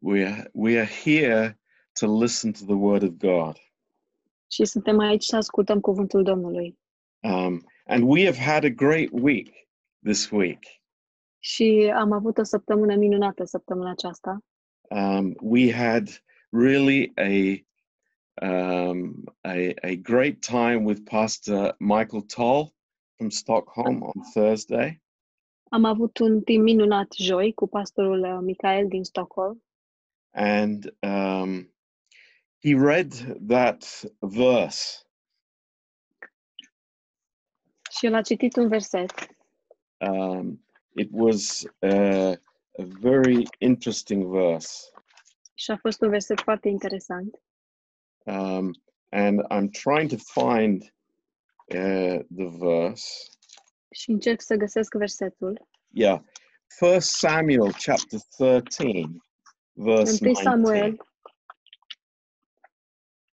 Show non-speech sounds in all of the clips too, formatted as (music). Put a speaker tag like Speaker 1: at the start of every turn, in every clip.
Speaker 1: We are, we are here to listen to the word of God.
Speaker 2: și suntem aici să ascultăm cuvântul Domnului.
Speaker 1: Um, and we have had a great week this week.
Speaker 2: Și am avut o săptămână minunată săptămâna aceasta.
Speaker 1: Um, we had really a, um, a, a great time with Pastor Michael Toll from Stockholm on Thursday.
Speaker 2: Am avut un timp minunat joi cu pastorul uh, Michael din Stockholm
Speaker 1: and um, he read that verse
Speaker 2: și el a citit un verset
Speaker 1: um, it was uh, a very interesting verse
Speaker 2: și a fost un verset foarte interesant.
Speaker 1: um, and i'm trying to find uh, the verse
Speaker 2: Și încerc să găsesc versetul.
Speaker 1: yeah first samuel chapter 13 verse
Speaker 2: 1
Speaker 1: 19.
Speaker 2: Samuel,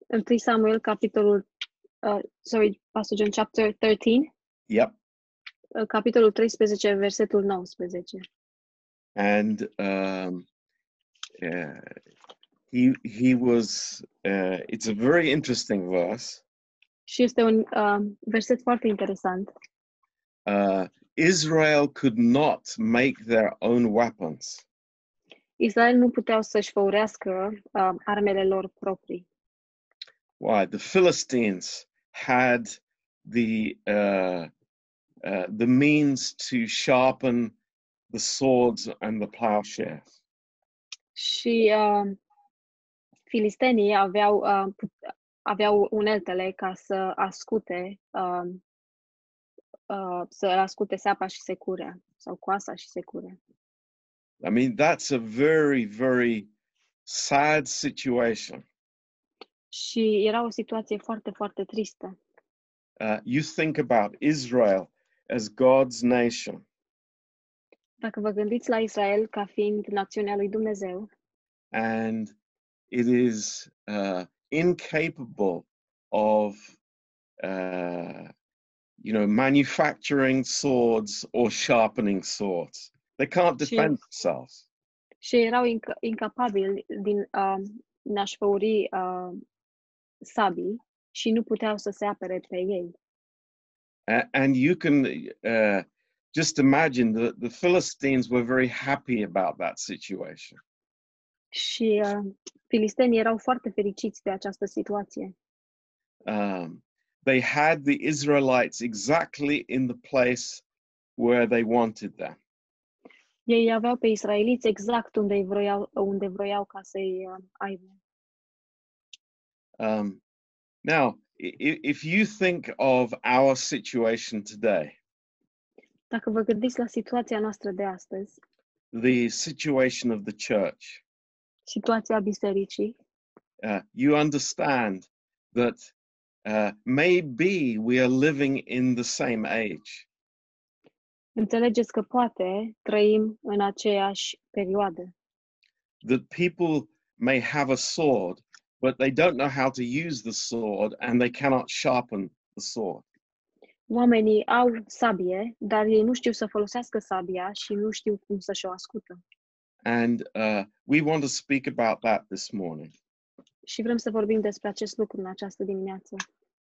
Speaker 2: 1 Samuel, capitolul, uh, sorry, pastor John, chapter 13,
Speaker 1: yep
Speaker 2: uh, capitolul 13, versetul 19.
Speaker 1: and um, uh, he he was uh, it's a very interesting verse
Speaker 2: Și este un uh, verset foarte interesant.
Speaker 1: uh, Israel could not make their own weapons.
Speaker 2: Israel nu puteau să-și făurească uh, armele lor proprii,
Speaker 1: Why? The Philistines had the uh, uh, the means to sharpen the swords and the plowshares.
Speaker 2: Și uh, filistenii aveau, uh, put- aveau uneltele ca să ascute uh, uh, să ascute seapa și securea sau coasa și securea.
Speaker 1: I mean, that's a very very sad situation.
Speaker 2: Și era o situație foarte, foarte tristă.
Speaker 1: Uh, you think about Israel as God's nation,
Speaker 2: Dacă vă gândiți la Israel ca fiind națiunea lui Dumnezeu
Speaker 1: and it is uh, incapable of uh, you know manufacturing swords or sharpening swords they can't
Speaker 2: Sure.
Speaker 1: defend themselves
Speaker 2: și erau inca- incapabili din uh, din a-și făuri uh, sabii și nu puteau să se apere pe ei.
Speaker 1: A- and you can uh, just imagine that the philistines were very happy about that situation
Speaker 2: Și uh, filistenii erau foarte fericiți de această situație.
Speaker 1: um, they had the israelites exactly in the place where they wanted them
Speaker 2: Ei îi aveau pe israeliți exact unde îi vroiau, unde vroiau ca să-i uh, aibă.
Speaker 1: Um, now, i- i- if you think of our situation today,
Speaker 2: Dacă vă gândiți la situația noastră de astăzi,
Speaker 1: the situation of the church,
Speaker 2: situația bisericii,
Speaker 1: uh, you understand that uh, maybe we are living in the same age.
Speaker 2: înțelegeți că poate trăim în aceeași perioadă.
Speaker 1: That people may have a sword, but they don't know how to use the sword and they cannot sharpen the sword.
Speaker 2: Oamenii au sabie, dar ei nu știu să folosească sabia și nu știu cum să-și o ascută.
Speaker 1: And uh, we want to speak about that this morning.
Speaker 2: Și vrem să vorbim despre acest lucru în această dimineață.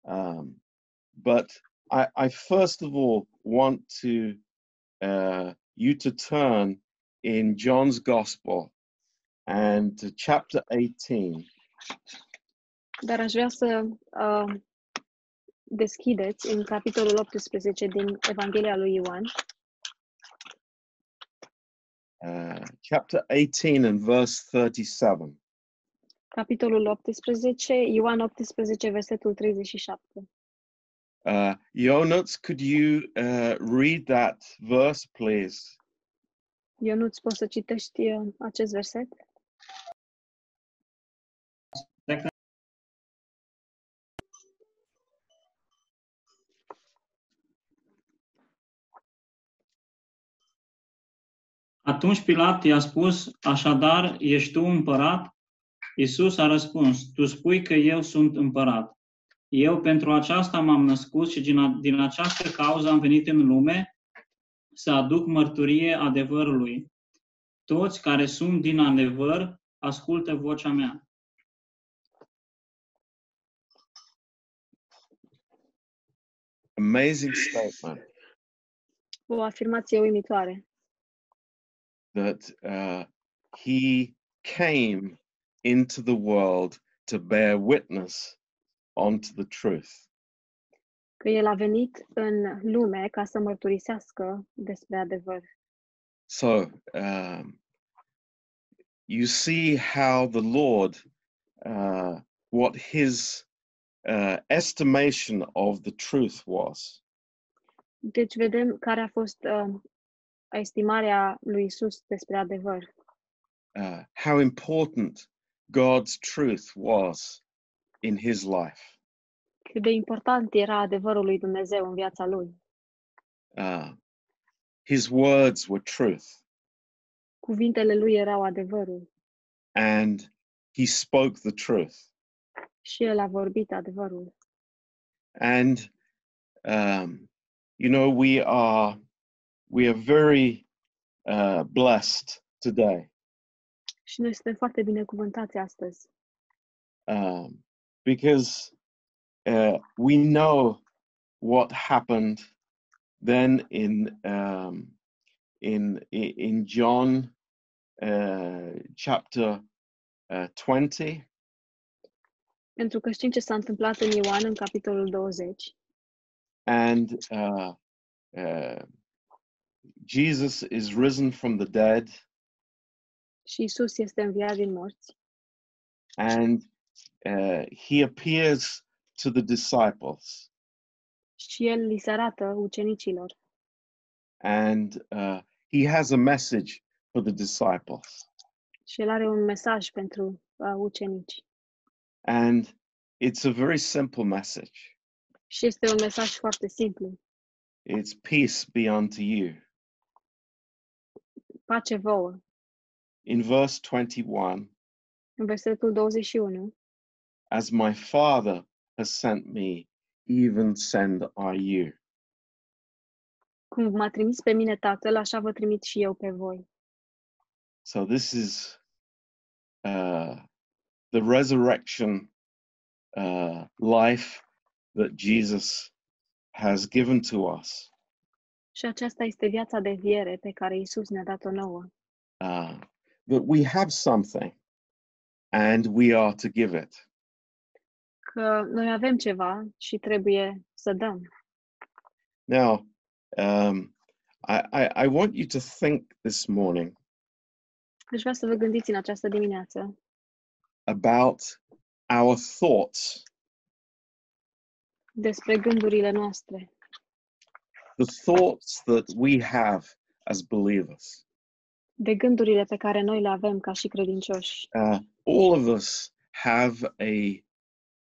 Speaker 1: um, but I, I first of all want to uh, you to turn in John's Gospel and to chapter 18
Speaker 2: Dar aș vrea să uh, deschideți în capitolul 18 din Evanghelia lui Ioan,
Speaker 1: uh, chapter 18 and verse 37
Speaker 2: capitolul 18, Ioan 18, versetul 37.
Speaker 1: uh, Jonas could you uh, read that verse please
Speaker 2: Eu nu-ți pot să citești uh, acest verset?
Speaker 3: Atunci Pilat i-a spus, așadar, ești tu împărat? Iisus a răspuns, tu spui că eu sunt împărat. Eu pentru aceasta m-am născut și din, a, din această cauză am venit în lume să aduc mărturie adevărului. Toți care sunt din adevăr ascultă vocea mea.
Speaker 1: Amazing statement
Speaker 2: O afirmație uimitoare.
Speaker 1: that uh, he came into the world to bear witness onto the truth.
Speaker 2: Că el a venit în lume ca să mărturisească despre adevăr.
Speaker 1: So um, you see how the Lord, uh, what his uh, estimation of the truth was.
Speaker 2: Deci vedem care a fost uh, estimarea lui Isus despre adevăr.
Speaker 1: uh, how important God's truth was in his life.
Speaker 2: Cât de important era adevărul lui Dumnezeu în viața lui.
Speaker 1: Uh, his words were truth,
Speaker 2: Cuvintele lui erau adevărul
Speaker 1: and he spoke the truth.
Speaker 2: și el a vorbit adevărul.
Speaker 1: And um, you know, we are we are very uh, blessed today
Speaker 2: Și noi suntem foarte binecuvântați astăzi,
Speaker 1: um, because uh, we know what happened then in um, in i- in John uh, chapter uh, 20
Speaker 2: pentru că știm ce s-a întâmplat în Ioan în capitolul 20
Speaker 1: and uh, uh, Jesus is risen from the dead
Speaker 2: și Isus este înviat din morți
Speaker 1: and uh, he appears to the disciples
Speaker 2: și el li se arată ucenicilor
Speaker 1: and uh, he has a message for the disciples
Speaker 2: și el are un mesaj pentru uh, ucenici.
Speaker 1: and it's a very simple message
Speaker 2: Și este un mesaj foarte simplu.
Speaker 1: it's peace be unto you
Speaker 2: Pace vouă.
Speaker 1: in verse 21
Speaker 2: În versetul 21,
Speaker 1: as my father has sent me even send i you
Speaker 2: cum m-a trimis pe mine tatăl, așa vă trimit și eu pe voi.
Speaker 1: so this is uh, the resurrection uh, life that jesus has given to us
Speaker 2: Și aceasta este viața de viere pe care Isus ne-a dat-o nouă.
Speaker 1: uh, that we have something and we are to give it
Speaker 2: Că noi avem ceva și trebuie să dăm.
Speaker 1: Now, um, I, I, I want you to think this morning
Speaker 2: Aș vrea să vă gândiți în această dimineață
Speaker 1: about our thoughts,
Speaker 2: despre gândurile noastre,
Speaker 1: the thoughts that we have as believers.
Speaker 2: de gândurile pe care noi le avem ca și credincioși.
Speaker 1: Uh, all of us have a,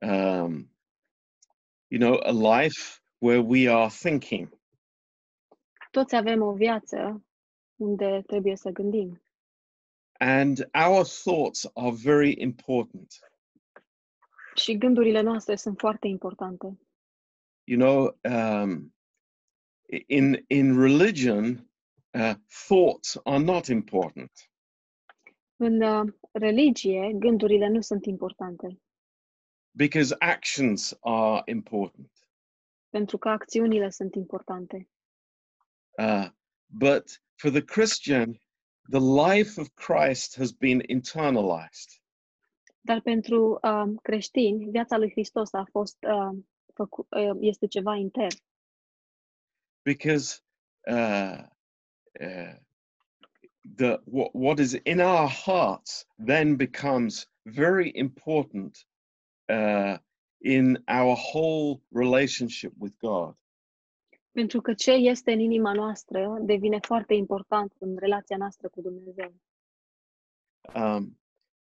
Speaker 1: um, you know, a life where we are thinking,
Speaker 2: Toți avem o viață unde trebuie să gândim
Speaker 1: and our thoughts are very important.
Speaker 2: și gândurile noastre sunt foarte importante.
Speaker 1: you know um, i- in in religion uh, thoughts are not important
Speaker 2: În uh, religie, gândurile nu sunt importante.
Speaker 1: because actions are important
Speaker 2: pentru că acțiunile sunt importante.
Speaker 1: uh, but for the christian the life of christ has been internalized
Speaker 2: Dar pentru um, creștini, viața lui Hristos a fost um, făcu- uh, este ceva intern,
Speaker 1: because uh, uh, the what, what is in our hearts then becomes very important uh, in our whole relationship with god
Speaker 2: pentru că ce este în inima noastră devine foarte important în relația noastră cu Dumnezeu.
Speaker 1: Um,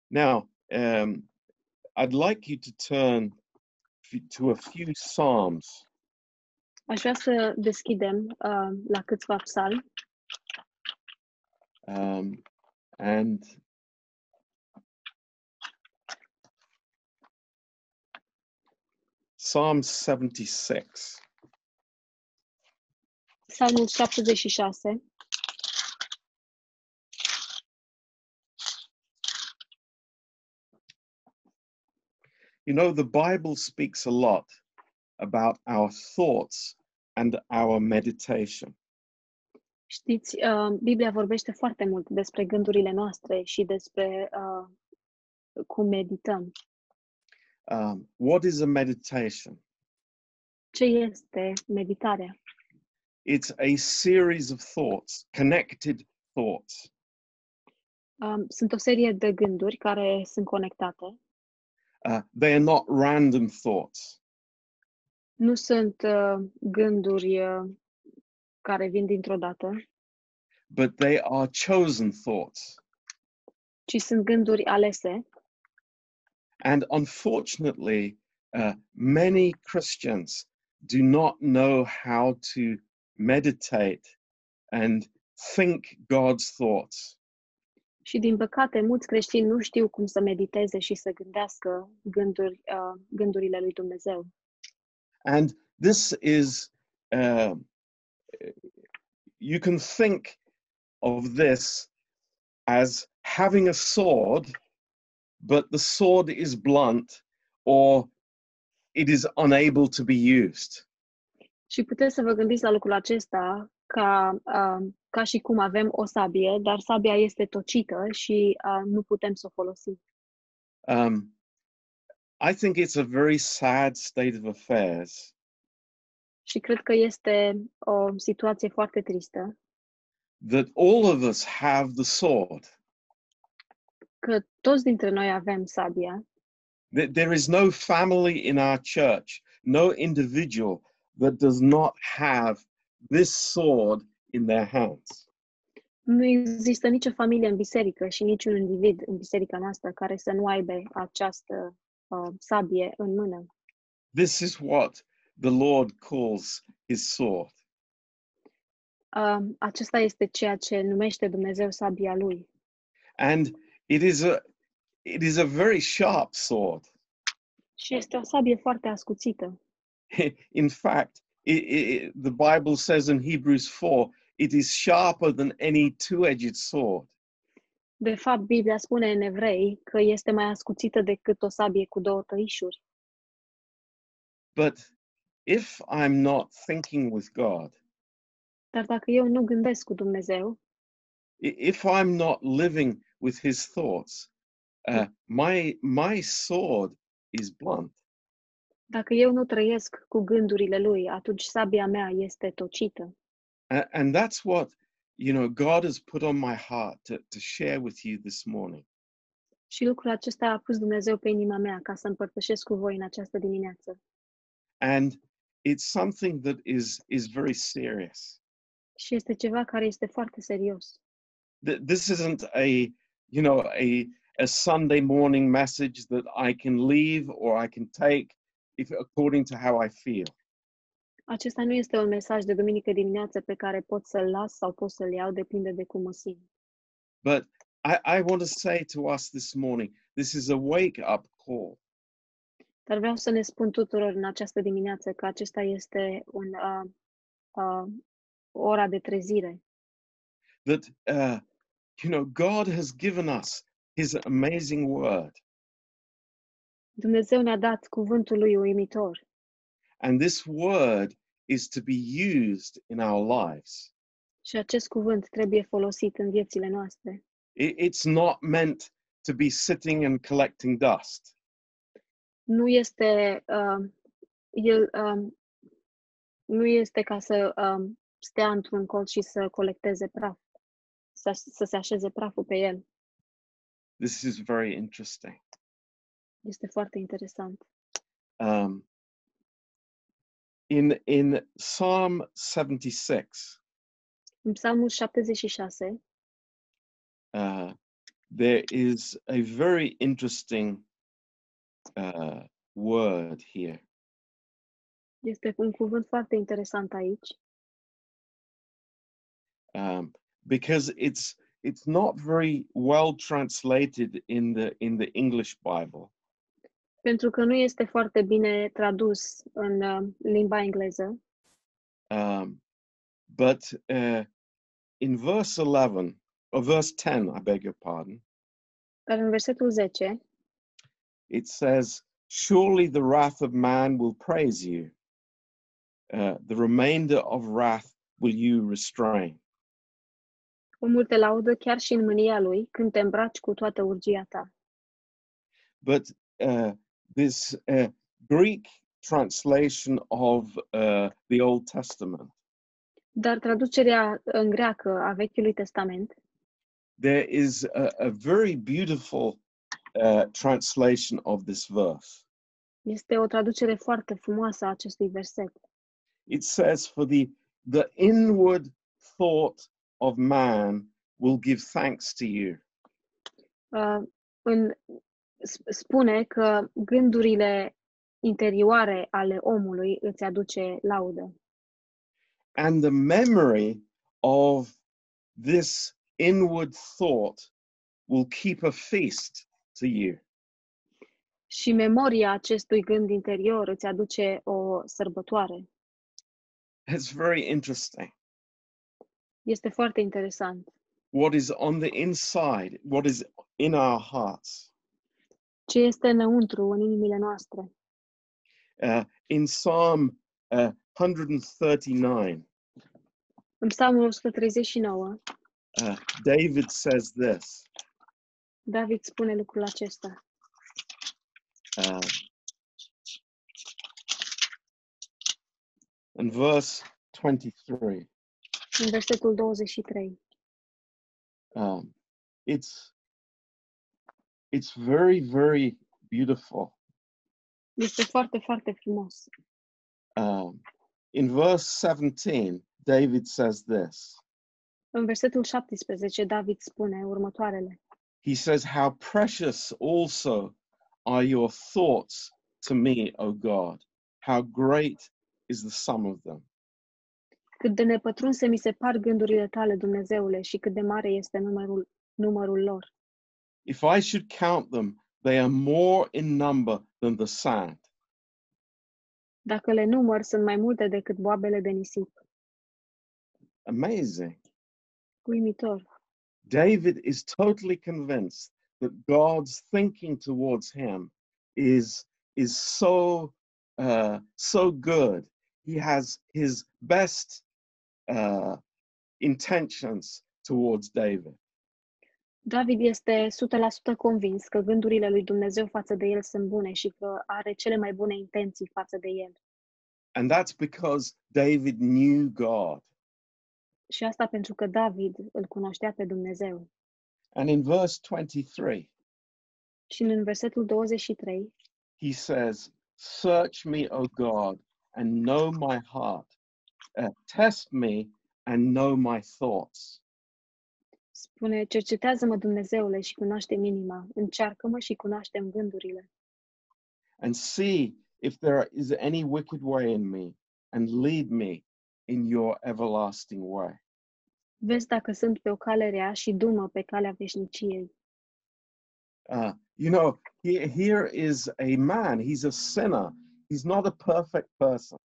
Speaker 1: now, um, I'd like you to turn f- to a few Psalms,
Speaker 2: Aș vrea să deschidem uh, la câțiva psalmi
Speaker 1: um, and Psalm 76.
Speaker 2: Psalmul 76,
Speaker 1: You know, the Bible speaks a lot about our thoughts and our meditation.
Speaker 2: Știți, uh, Biblia vorbește foarte mult despre gândurile noastre și despre uh, cum medităm.
Speaker 1: Um, what is a meditation?
Speaker 2: Ce este meditarea?
Speaker 1: It's a series of thoughts, connected thoughts.
Speaker 2: Um, Sunt o serie de gânduri care sunt conectate.
Speaker 1: Uh, they are not random thoughts.
Speaker 2: Nu sunt uh, gânduri uh, care vin dintr-o dată,
Speaker 1: but they are chosen thoughts.
Speaker 2: ci sunt gânduri alese.
Speaker 1: And unfortunately, uh, many Christians do not know how to meditate and think God's thoughts.
Speaker 2: Și din păcate, mulți creștini nu știu cum să mediteze și să gândească gânduri, uh, gândurile lui Dumnezeu.
Speaker 1: And this is, uh, you can think of this as having a sword, but the sword is blunt or it is unable to be used.
Speaker 2: Și puteți să vă gândiți la lucrul acesta ca, uh, ca și cum avem o sabie, dar sabia este tocită și uh, nu putem să o folosim.
Speaker 1: Um, I think it's a very sad state of affairs
Speaker 2: Și cred că este o situație foarte tristă,
Speaker 1: that all of us have the sword.
Speaker 2: că toți dintre noi avem sabia,
Speaker 1: That there is no family in our church, no individual that does not have this sword in their hands.
Speaker 2: nu există nicio familie în biserică și niciun individ în biserica noastră care să nu aibă această uh, sabie în mână.
Speaker 1: This is what the Lord calls his sword.
Speaker 2: Uh, acesta este ceea ce numește Dumnezeu sabia lui.
Speaker 1: And it is a it is a very sharp sword.
Speaker 2: Și este o sabie foarte ascuțită.
Speaker 1: (laughs) In fact, i- i- the Bible says in Hebrews 4, it is sharper than any two-edged sword.
Speaker 2: De fapt, Biblia spune în evrei că este mai ascuțită decât o sabie cu două tăișuri.
Speaker 1: But if I'm not thinking with God,
Speaker 2: Dar dacă eu nu gândesc cu Dumnezeu,
Speaker 1: i- if I'm not living with His thoughts, uh, my my sword is blunt.
Speaker 2: dacă eu nu trăiesc cu gândurile lui, atunci sabia mea este tocită.
Speaker 1: A- and that's what you know God has put on my heart to, to share with you this morning.
Speaker 2: Și lucrul acesta a pus Dumnezeu pe inima mea ca să împărtășesc cu voi în această dimineață.
Speaker 1: And it's something that is is very serious.
Speaker 2: Și este ceva care este foarte serios.
Speaker 1: Th- This isn't a you know a a Sunday morning message that I can leave or I can take if according to how I feel.
Speaker 2: Acesta nu este un mesaj de duminică dimineață pe care pot să-l las sau pot să-l iau, depinde de cum mă simt.
Speaker 1: But I, I want to say to us this morning, this is a wake up call.
Speaker 2: Dar vreau să ne spun tuturor în această dimineață că acesta este un, uh, uh, ora de trezire.
Speaker 1: That, uh, you know, God has given us his amazing word.
Speaker 2: Dumnezeu ne-a dat cuvântul lui uimitor
Speaker 1: And this word is to be used in our lives.
Speaker 2: și acest cuvânt trebuie folosit în viețile noastre.
Speaker 1: It, it's not meant to be sitting and collecting dust.
Speaker 2: Nu este, uh, el, uh, nu este ca să uh, stea într-un colț și să colecteze praf, să, să se așeze praful pe el.
Speaker 1: This is very interesting.
Speaker 2: Este foarte interesant.
Speaker 1: Um, in, in Psalm 76,
Speaker 2: În Psalmul 76
Speaker 1: uh, there is a very interesting uh, word here.
Speaker 2: este un cuvânt foarte interesant aici.
Speaker 1: um, because it's it's not very well translated in the in the English Bible.
Speaker 2: Pentru că nu este foarte bine tradus în uh, limba engleză,
Speaker 1: Um, but uh, in verse eleven or verse ten, I beg your pardon,
Speaker 2: dar în versetul 10
Speaker 1: it says, Surely the wrath of man will praise you. Uh, the remainder of wrath will you restrain.
Speaker 2: Omul te laudă chiar și în mânia lui când te îmbraci cu toată urgia ta.
Speaker 1: But uh, this uh, Greek translation of uh, the Old Testament,
Speaker 2: Dar traducerea în greacă a Vechiului Testament
Speaker 1: there is a, a very beautiful uh, translation of this verse.
Speaker 2: este o traducere foarte frumoasă a acestui verset.
Speaker 1: It says, For the, the inward thought of man will give thanks to you.
Speaker 2: Uh, în, sp- spune că gândurile interioare ale omului îți aduce laudă
Speaker 1: and the memory of this inward thought will keep a feast to you.
Speaker 2: și memoria acestui gând interior îți aduce o sărbătoare.
Speaker 1: It's very interesting.
Speaker 2: Este foarte interesant.
Speaker 1: What is on the inside, what is in our hearts.
Speaker 2: Ce este înăuntru în inimile noastre?
Speaker 1: Uh, in Psalm uh, 139,
Speaker 2: În Psalmul 139,
Speaker 1: uh, David says this
Speaker 2: David spune lucrul acesta.
Speaker 1: uh, in verse 23.
Speaker 2: În versetul 23.
Speaker 1: um, it's it's very very beautiful
Speaker 2: Este foarte, foarte frumos.
Speaker 1: um, in verse 17 david says this
Speaker 2: În versetul 17, David spune următoarele.
Speaker 1: he says how precious also are your thoughts to me o god how great is the sum of them
Speaker 2: Cât de nepătrunse mi se par gândurile tale, Dumnezeule, și cât de mare este numărul, numărul lor.
Speaker 1: if i should count them they are more in number than the sand
Speaker 2: Dacă le număr, sunt mai multe decât boabele de nisip.
Speaker 1: amazing
Speaker 2: Uimitor.
Speaker 1: David is totally convinced that God's thinking towards him is is so uh, so good. He has his best uh, intentions towards David,
Speaker 2: David este 100% convins că gândurile lui Dumnezeu față de el sunt bune și că are cele mai bune intenții față de el.
Speaker 1: and that's because David knew God.
Speaker 2: Și asta pentru că David îl cunoștea pe Dumnezeu.
Speaker 1: And in verse 23,
Speaker 2: Și în versetul 23,
Speaker 1: he says, "Search me, O God, and know my heart. Uh, test me and know my thoughts."
Speaker 2: Spune, cercetează-mă Dumnezeule și cunoaște inima, încearcă-mă și cunoaștem gândurile
Speaker 1: and see if there is any wicked way in me, and lead me in your everlasting way.
Speaker 2: Vezi dacă sunt pe o cale rea și dumă pe calea veșniciei.
Speaker 1: Uh, you know, he- here is a man, he's a sinner, he's not a perfect person,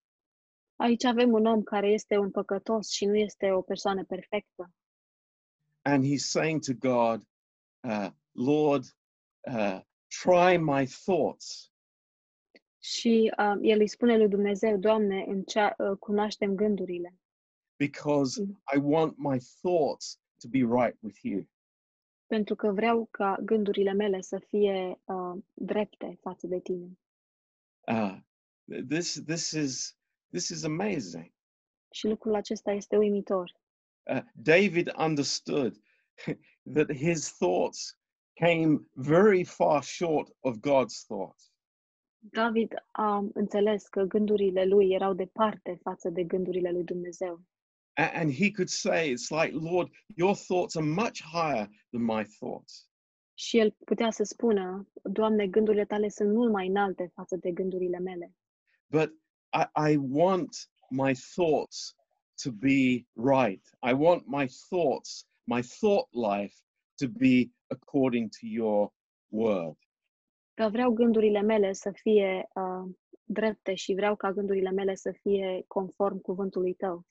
Speaker 2: Aici avem un om care este un păcătos și nu este o persoană perfectă.
Speaker 1: and he's saying to God, uh, Lord, uh, try my thoughts,
Speaker 2: Și uh, el îi spune lui Dumnezeu, Doamne, încea- uh, cunoaștem gândurile,
Speaker 1: because
Speaker 2: Mm.
Speaker 1: I want my thoughts to be right with you.
Speaker 2: pentru că vreau ca gândurile mele să fie uh, drepte față de tine.
Speaker 1: Uh, th- this, this, is, this is amazing.
Speaker 2: Și lucrul acesta este uimitor.
Speaker 1: uh, David understood (laughs) that his thoughts came very far short of God's thoughts.
Speaker 2: David a înțeles că gândurile lui erau departe față de gândurile lui Dumnezeu.
Speaker 1: A- And he could say, It's like, Lord, your thoughts are much higher than my thoughts.
Speaker 2: Și el putea să spună, Doamne, gândurile tale sunt mult mai înalte față de gândurile mele,
Speaker 1: But I, I want my thoughts to be right. I want my thoughts, my thought life to be according to your word.
Speaker 2: dar vreau gândurile mele să fie uh, drepte și vreau ca gândurile mele să fie conform cuvântului tău.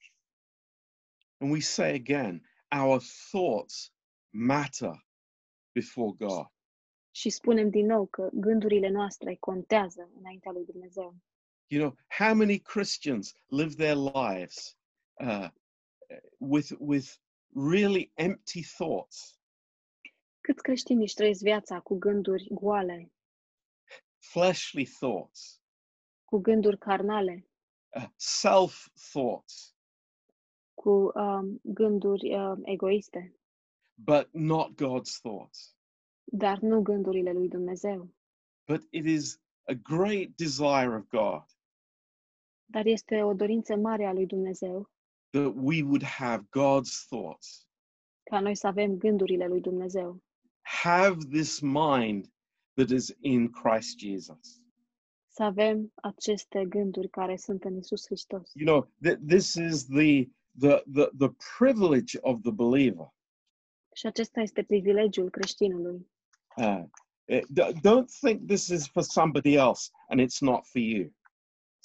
Speaker 1: And we say again, our thoughts matter before God.
Speaker 2: și spunem din nou că gândurile noastre contează înaintea lui Dumnezeu.
Speaker 1: You know, how many Christians live their lives uh, with, with really empty thoughts?
Speaker 2: Câți creștini își trăiesc viața cu gânduri goale,
Speaker 1: fleshly thoughts,
Speaker 2: cu gânduri carnale,
Speaker 1: uh, self thoughts,
Speaker 2: cu um, gânduri um, egoiste,
Speaker 1: but not God's thoughts.
Speaker 2: dar nu gândurile lui Dumnezeu.
Speaker 1: But it is a great desire of God
Speaker 2: Dar este o dorință mare a lui Dumnezeu
Speaker 1: that we would have God's thoughts.
Speaker 2: ca noi să avem gândurile lui Dumnezeu.
Speaker 1: Have this mind that is in Christ Jesus.
Speaker 2: Să avem aceste gânduri care sunt în Isus Hristos.
Speaker 1: You know, th- this is the, the, the, the privilege of the believer.
Speaker 2: Și acesta este privilegiul creștinului.
Speaker 1: Uh, eh, d- don't think this is for somebody else and it's not for you.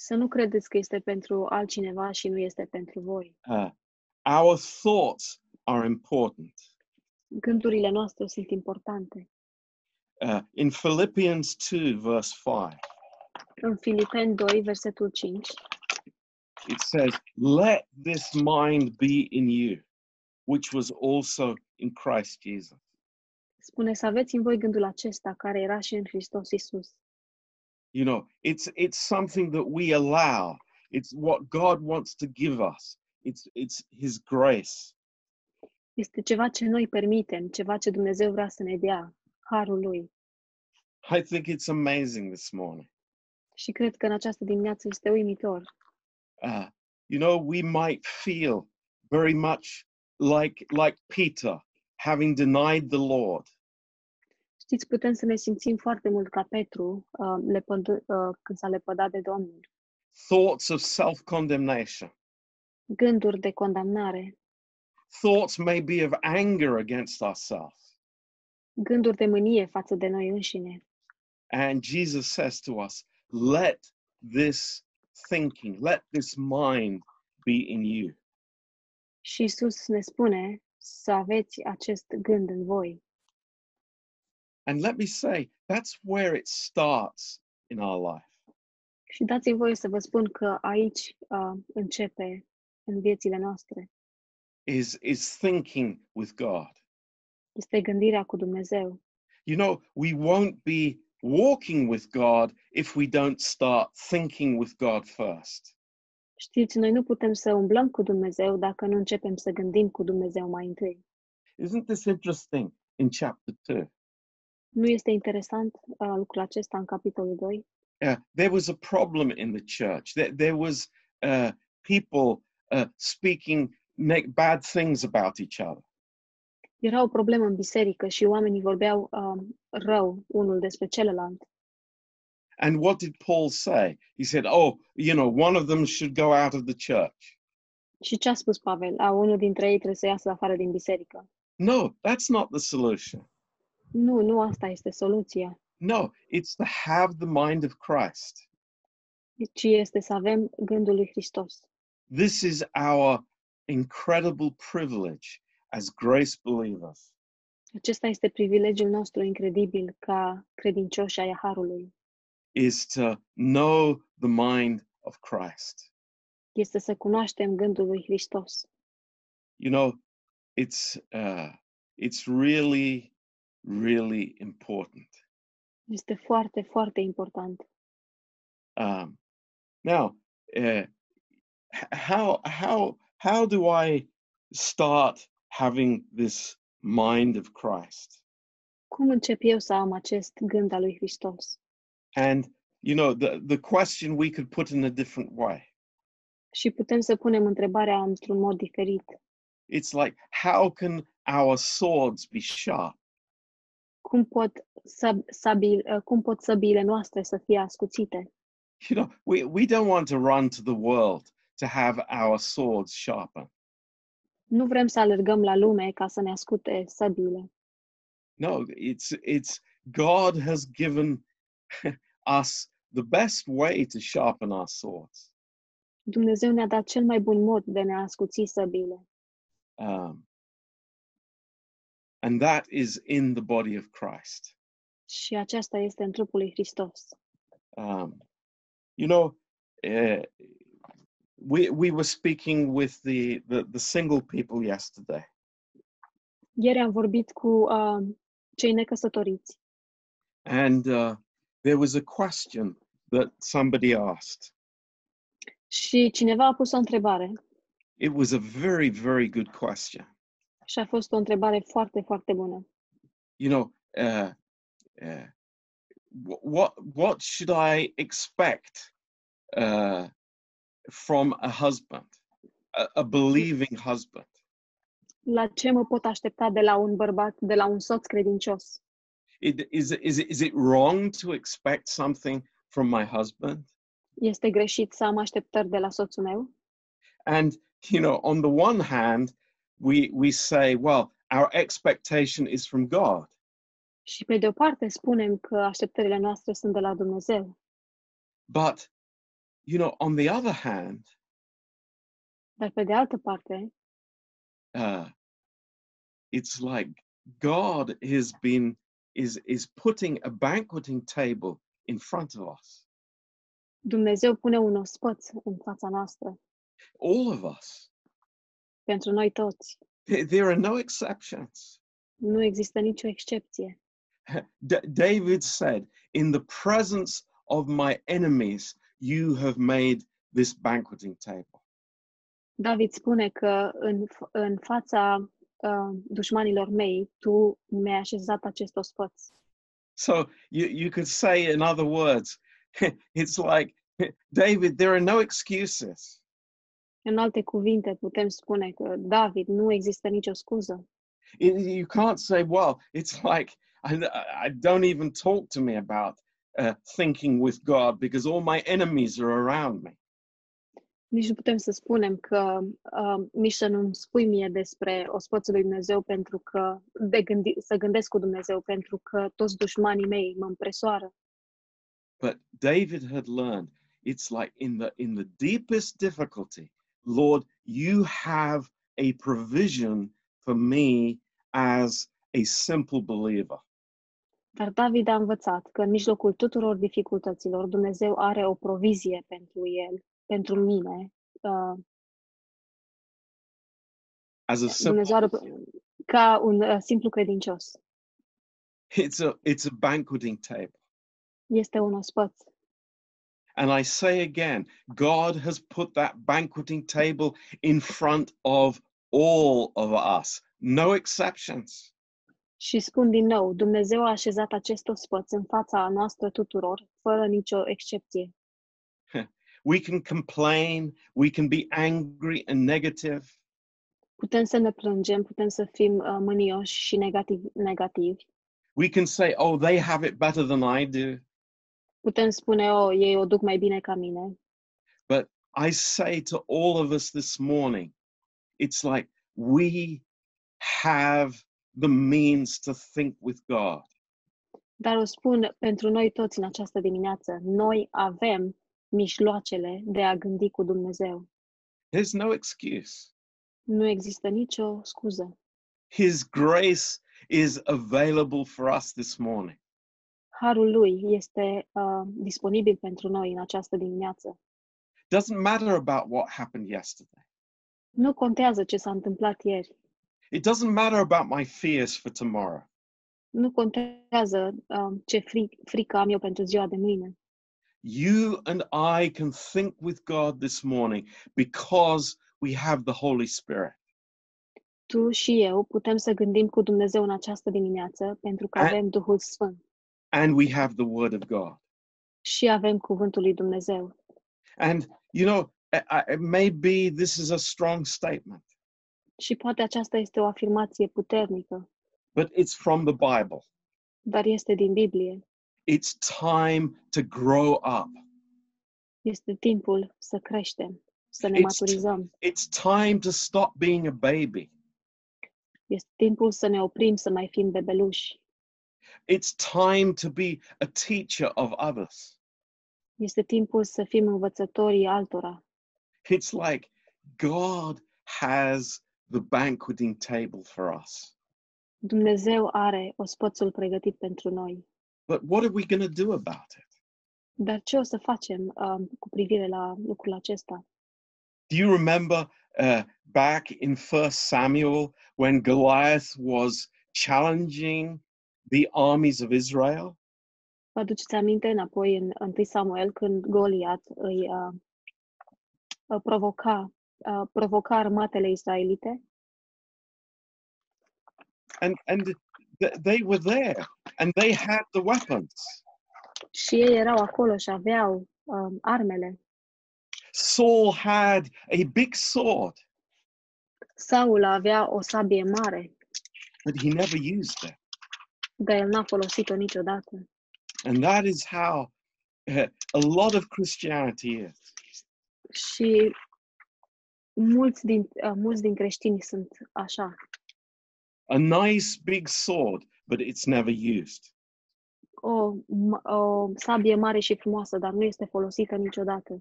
Speaker 2: Să nu credeți că este pentru altcineva și nu este pentru voi.
Speaker 1: Uh, our thoughts are important.
Speaker 2: Gândurile noastre sunt importante.
Speaker 1: Uh, in Philippians 2, verse 5,
Speaker 2: În Filipeni 2, versetul 5,
Speaker 1: it says, Let this mind be in you, which was also in Christ Jesus.
Speaker 2: spune să aveți în voi gândul acesta care era și în Hristos Isus.
Speaker 1: You know, it's it's something that we allow. It's what God wants to give us. It's it's his grace.
Speaker 2: Este ceva ce noi permitem, ceva ce Dumnezeu vrea să ne dea, harul lui.
Speaker 1: I think it's amazing this morning.
Speaker 2: Și cred că în această dimineață este uimitor.
Speaker 1: Uh, you know, we might feel very much like like Peter having denied the Lord.
Speaker 2: Știți, putem să ne simțim foarte mult ca Petru uh, lepăd, uh, când s-a lepădat de Domnul.
Speaker 1: Thoughts of self-condemnation.
Speaker 2: Gânduri de condamnare,
Speaker 1: Thoughts maybe of anger against ourselves.
Speaker 2: gânduri de mânie față de noi înșine.
Speaker 1: And Jesus says to us, let this thinking, let this mind be in you.
Speaker 2: Și Isus ne spune să aveți acest gând în voi.
Speaker 1: And let me say, that's where it starts in our life.
Speaker 2: Și dați-mi voie să vă spun că aici uh, începe în viețile noastre.
Speaker 1: Is is thinking with God.
Speaker 2: Este gândirea cu Dumnezeu.
Speaker 1: You know, we won't be walking with God if we don't start thinking with God first.
Speaker 2: Știți, noi nu putem să umblăm cu Dumnezeu dacă nu începem să gândim cu Dumnezeu mai întâi.
Speaker 1: Isn't this interesting in chapter 2?
Speaker 2: Nu este interesant uh, lucrul acesta în capitolul 2?
Speaker 1: Uh, there was a problem in the church. There, there was uh, people uh, speaking ne- bad things about each other.
Speaker 2: Era o problemă în biserică și oamenii vorbeau um, rău unul despre celălalt.
Speaker 1: And what did Paul say? He said, "Oh, you know, one of them should go out of the church."
Speaker 2: Și ce a spus Pavel? A, unul dintre ei trebuie să iasă afară din biserică.
Speaker 1: No, that's not the solution.
Speaker 2: Nu, nu asta este soluția,
Speaker 1: No, it's to have the mind of Christ.
Speaker 2: ci este să avem gândul lui Hristos.
Speaker 1: This is our incredible privilege as grace believers.
Speaker 2: Acesta este privilegiul nostru incredibil ca credincioși ai Harului.
Speaker 1: is to know the mind of Christ.
Speaker 2: Este să cunoaștem gândul lui Hristos.
Speaker 1: You know, it's uh it's really really important.
Speaker 2: Este foarte, foarte important.
Speaker 1: Um now, uh, h- how how how do I start having this mind of Christ?
Speaker 2: Cum încep eu să am acest gând al lui Hristos?
Speaker 1: And you know, the the question we could put in a different way.
Speaker 2: Și putem să punem întrebarea într-un mod diferit.
Speaker 1: It's like, how can our swords be sharp? (laughs)
Speaker 2: Cum pot, sab- sabi- cum pot săbiile noastre să fie ascuțite?
Speaker 1: You know, we we don't want to run to the world to have our swords sharpened.
Speaker 2: Nu vrem să alergăm la lume ca să ne ascute săbiile,
Speaker 1: No, it's it's God has given (laughs) us the best way to sharpen our swords.
Speaker 2: Dumnezeu ne-a dat cel mai bun mod de a ne ascuți săbiile.
Speaker 1: Um, and that is in the body of Christ.
Speaker 2: și aceasta este în trupul lui Hristos.
Speaker 1: Um, you know, uh, we we were speaking with the, the the single people yesterday,
Speaker 2: Ieri am vorbit cu uh, cei necăsătoriți
Speaker 1: and uh, there was a question that somebody asked.
Speaker 2: și cineva a pus o întrebare
Speaker 1: It was a very very good question.
Speaker 2: și a fost o întrebare foarte, foarte bună.
Speaker 1: You know, uh, uh, wh- what what should I expect uh, from a husband, a, a believing husband?
Speaker 2: La ce mă pot aștepta de la un bărbat, de la un soț credincios?
Speaker 1: It, is, it- is, it, is it wrong to expect something from my husband?
Speaker 2: Este greșit să am așteptări de la soțul meu?
Speaker 1: And, you know, on the one hand, we, we say, well, our expectation is from God.
Speaker 2: Și pe de o parte spunem că așteptările noastre sunt de la Dumnezeu,
Speaker 1: But, you know, on the other hand,
Speaker 2: dar pe de altă parte
Speaker 1: uh, it's like God has been, is, is putting a banqueting table in front of us,
Speaker 2: Dumnezeu pune un ospăț în fața noastră,
Speaker 1: all of us.
Speaker 2: pentru noi toți.
Speaker 1: There, there are no exceptions.
Speaker 2: Nu există nicio excepție.
Speaker 1: D- David said, In the presence of my enemies, you have made this banqueting table.
Speaker 2: David spune că în, f- în fața uh, dușmanilor mei, tu mi-ai așezat acest ospăț.
Speaker 1: So you, you could say, in other words, (laughs) it's like, (laughs) David, there are no excuses.
Speaker 2: În alte cuvinte, putem spune că David nu există nicio scuză.
Speaker 1: It- you can't say, well, it's like, I, I- I don't even talk to me about uh, thinking with God because all my enemies are around me.
Speaker 2: Nici nu putem să spunem că, uh, nici să nu-mi spui mie despre ospățul lui Dumnezeu pentru că, de gândi, să gândesc cu Dumnezeu, pentru că toți dușmanii mei mă împresoară.
Speaker 1: But David had learned it's like in the in the deepest difficulty, Lord, you have a provision for me as a simple believer.
Speaker 2: Dar David a învățat că în mijlocul tuturor dificultăților Dumnezeu are o provizie pentru el, pentru mine. Uh,
Speaker 1: As a simple
Speaker 2: Dumnezeu are, ca un uh, simplu credincios.
Speaker 1: it's a it's a banqueting table.
Speaker 2: Este un ospăț.
Speaker 1: And I say again, God has put that banqueting table in front of all of us, no exceptions.
Speaker 2: Și spun din nou, Dumnezeu a așezat acest ospăț în fața noastră tuturor, fără nicio excepție.
Speaker 1: We can complain, we can be angry and negative,
Speaker 2: Putem să ne plângem, putem să fim uh, mânioși și negativ, negativi.
Speaker 1: we can say, oh, they have it better than I do.
Speaker 2: Putem spune, oh, ei o duc mai bine ca mine.
Speaker 1: I say to all of us this morning, it's like we have the means to think with God.
Speaker 2: Dar o spun pentru noi toți în această dimineață. Noi avem mijloacele de a gândi cu Dumnezeu.
Speaker 1: There's no excuse.
Speaker 2: Nu există nicio scuză.
Speaker 1: His grace is available for us this morning.
Speaker 2: Harul lui este uh, disponibil pentru noi în această dimineață.
Speaker 1: Doesn't matter about what happened yesterday.
Speaker 2: Nu contează ce s-a întâmplat ieri.
Speaker 1: It doesn't matter about my fears for tomorrow.
Speaker 2: Nu contează uh, ce fri- frică am eu pentru ziua de mâine.
Speaker 1: You and I can think with God this morning because we have the Holy Spirit.
Speaker 2: Tu și eu putem să gândim cu Dumnezeu în această dimineață pentru că
Speaker 1: A-
Speaker 2: avem Duhul Sfânt
Speaker 1: and we have the word of god
Speaker 2: și avem Cuvântul lui Dumnezeu.
Speaker 1: and you know I- I- it may be this is a strong statement
Speaker 2: Și poate aceasta este o afirmație puternică,
Speaker 1: but it's from the bible
Speaker 2: dar este din Biblie.
Speaker 1: it's time to grow up
Speaker 2: Este timpul să creștem, să ne
Speaker 1: Este-
Speaker 2: maturizăm.
Speaker 1: it's time to stop being a baby
Speaker 2: Este timpul să ne oprim să mai fim bebeluși.
Speaker 1: it's time to be a teacher of others
Speaker 2: Este timpul să fim învățătorii altora.
Speaker 1: it's like god has the banqueting table for us
Speaker 2: Dumnezeu are ospățul pregătit pentru noi.
Speaker 1: But what are we going to do about it?
Speaker 2: Dar ce o să facem um, cu privire la lucrul acesta?
Speaker 1: Do you remember uh, back in First Samuel when Goliath was challenging the armies of Israel?
Speaker 2: Vă aduceți aminte înapoi în 1 Samuel când Goliat îi uh, uh, provoca, uh, provoca armatele israelite?
Speaker 1: And and th- they were there, and they had the weapons.
Speaker 2: Și ei erau acolo și aveau um, armele.
Speaker 1: Saul had a big sword,
Speaker 2: Saul avea o sabie mare,
Speaker 1: but he never used it.
Speaker 2: dar el n-a folosit-o niciodată.
Speaker 1: And that is how uh, a lot of Christianity is.
Speaker 2: Și mulți din, uh, mulți din creștini sunt așa.
Speaker 1: a nice big sword, but it's never used.
Speaker 2: O, m- o sabie mare și frumoasă, dar nu este folosită niciodată.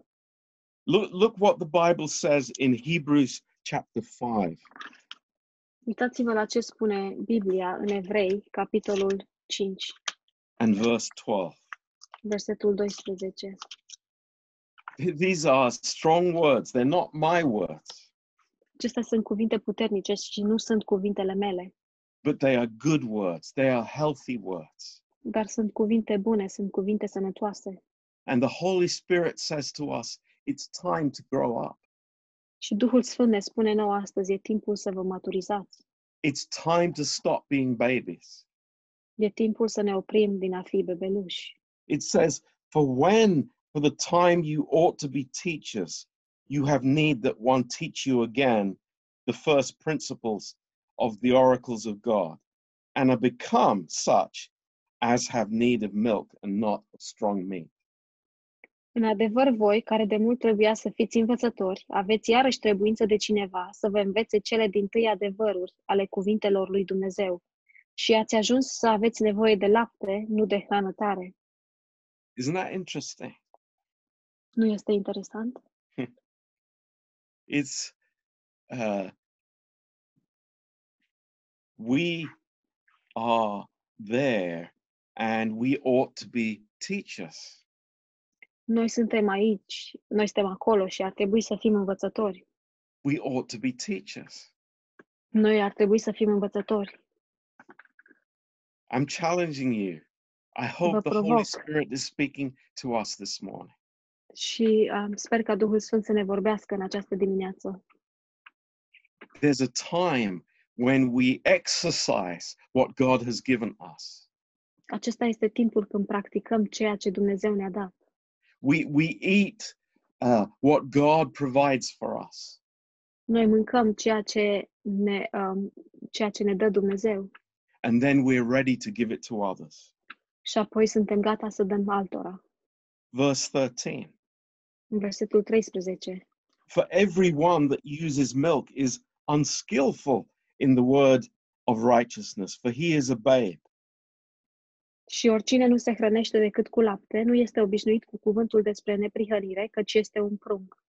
Speaker 1: Look, look what the Bible says in Hebrews chapter 5.
Speaker 2: Uitați-vă la ce spune Biblia în Evrei, capitolul 5,
Speaker 1: and verse 12.
Speaker 2: versetul 12.
Speaker 1: Th- These are strong words. They're not my words,
Speaker 2: Acestea sunt cuvinte puternice și nu sunt cuvintele mele,
Speaker 1: but they are good words. They are healthy words.
Speaker 2: dar sunt cuvinte bune, sunt cuvinte sănătoase.
Speaker 1: And the Holy Spirit says to us, it's time to grow up.
Speaker 2: Și Duhul Sfânt ne spune nouă astăzi, e timpul să vă maturizați,
Speaker 1: It's time to stop being babies.
Speaker 2: e timpul să ne oprim din a fi bebeluși.
Speaker 1: It says, For when, for the time you ought to be teachers, you have need that one teach you again the first principles of the oracles of God, and are become such as have need of milk and not of strong meat.
Speaker 2: În adevăr, voi, care de mult trebuia să fiți învățători, aveți iarăși trebuință de cineva să vă învețe cele din tâi adevăruri ale cuvintelor lui Dumnezeu. Și ați ajuns să aveți nevoie de lapte, nu de hrană tare.
Speaker 1: Isn't that interesting?
Speaker 2: Nu este interesant?
Speaker 1: It's uh, we are there, and we ought to be teachers.
Speaker 2: Noi suntem aici, noi suntem acolo și ar trebui să fim învățători.
Speaker 1: We ought to be teachers.
Speaker 2: Noi ar trebui să fim învățători.
Speaker 1: I'm challenging you. I hope the Holy
Speaker 2: provoc.
Speaker 1: Spirit is speaking to us this morning.
Speaker 2: Și um, sper ca Duhul Sfânt să ne vorbească în această dimineață.
Speaker 1: There's a time when we exercise what God has given us.
Speaker 2: Acesta este timpul când practicăm ceea ce Dumnezeu ne-a dat.
Speaker 1: We we eat uh, what God provides for us.
Speaker 2: Noi mâncăm ceea ce ne, um, ceea ce ne dă Dumnezeu
Speaker 1: and then we're ready to give it to others.
Speaker 2: și apoi suntem gata să dăm altora.
Speaker 1: Verse 13
Speaker 2: În versetul 13.
Speaker 1: For everyone that uses milk is unskillful in the word of righteousness, for he is a babe.
Speaker 2: Și oricine nu se hrănește decât cu lapte nu este obișnuit cu cuvântul despre neprihănire, căci este un prunc.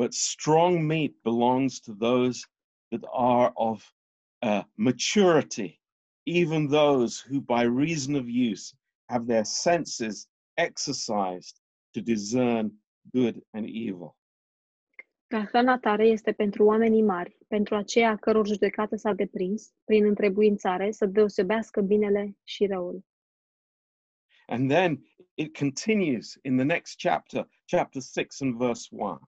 Speaker 1: But strong meat belongs to those that are of uh, maturity, even those who, by reason of use, have their senses exercised to discern good and evil.
Speaker 2: Dar hrana tare este pentru oamenii mari, pentru aceia a căror judecată s-a deprins, prin întrebuințare, să deosebească binele și răul.
Speaker 1: And then it continues in the next chapter, chapter 6 and verse 1.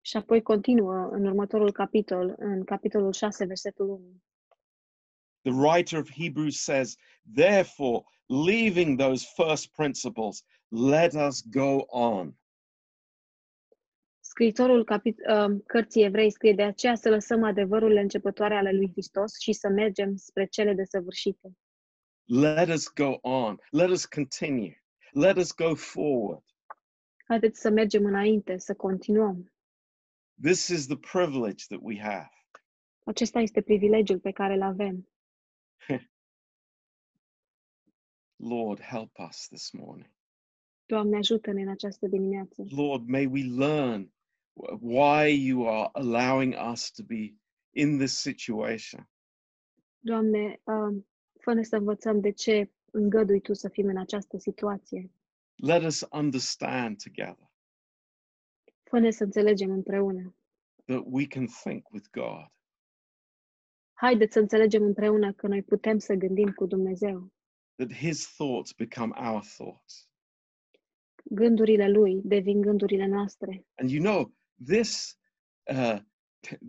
Speaker 2: Și apoi continuă în următorul capitol, în capitolul 6, versetul 1.
Speaker 1: The writer of Hebrews says, Therefore, leaving those first principles, let us go on.
Speaker 2: Scriitorul capit- uh, cărții evrei scrie de aceea să lăsăm adevărurile începătoare ale lui Hristos și să mergem spre cele desăvârșite.
Speaker 1: Let us go on. Let us continue. Let us go forward.
Speaker 2: Haideți să mergem înainte, să continuăm.
Speaker 1: This is the privilege that we have.
Speaker 2: Acesta este privilegiul pe care îl avem.
Speaker 1: Lord, help us this morning.
Speaker 2: Doamne, ajută-ne în această dimineață.
Speaker 1: Lord, may we learn wh- why you are allowing us to be in this situation.
Speaker 2: Doamne, uh, fă-ne să ă, învățăm de ce Îngădui tu să fim în această situație.
Speaker 1: Let us understand together
Speaker 2: Fă-ne să înțelegem împreună.
Speaker 1: that we can think with God.
Speaker 2: Haideți să înțelegem împreună că noi putem să gândim cu Dumnezeu.
Speaker 1: that his thoughts become our thoughts.
Speaker 2: Gândurile Lui devin gândurile noastre.
Speaker 1: And you know, this uh,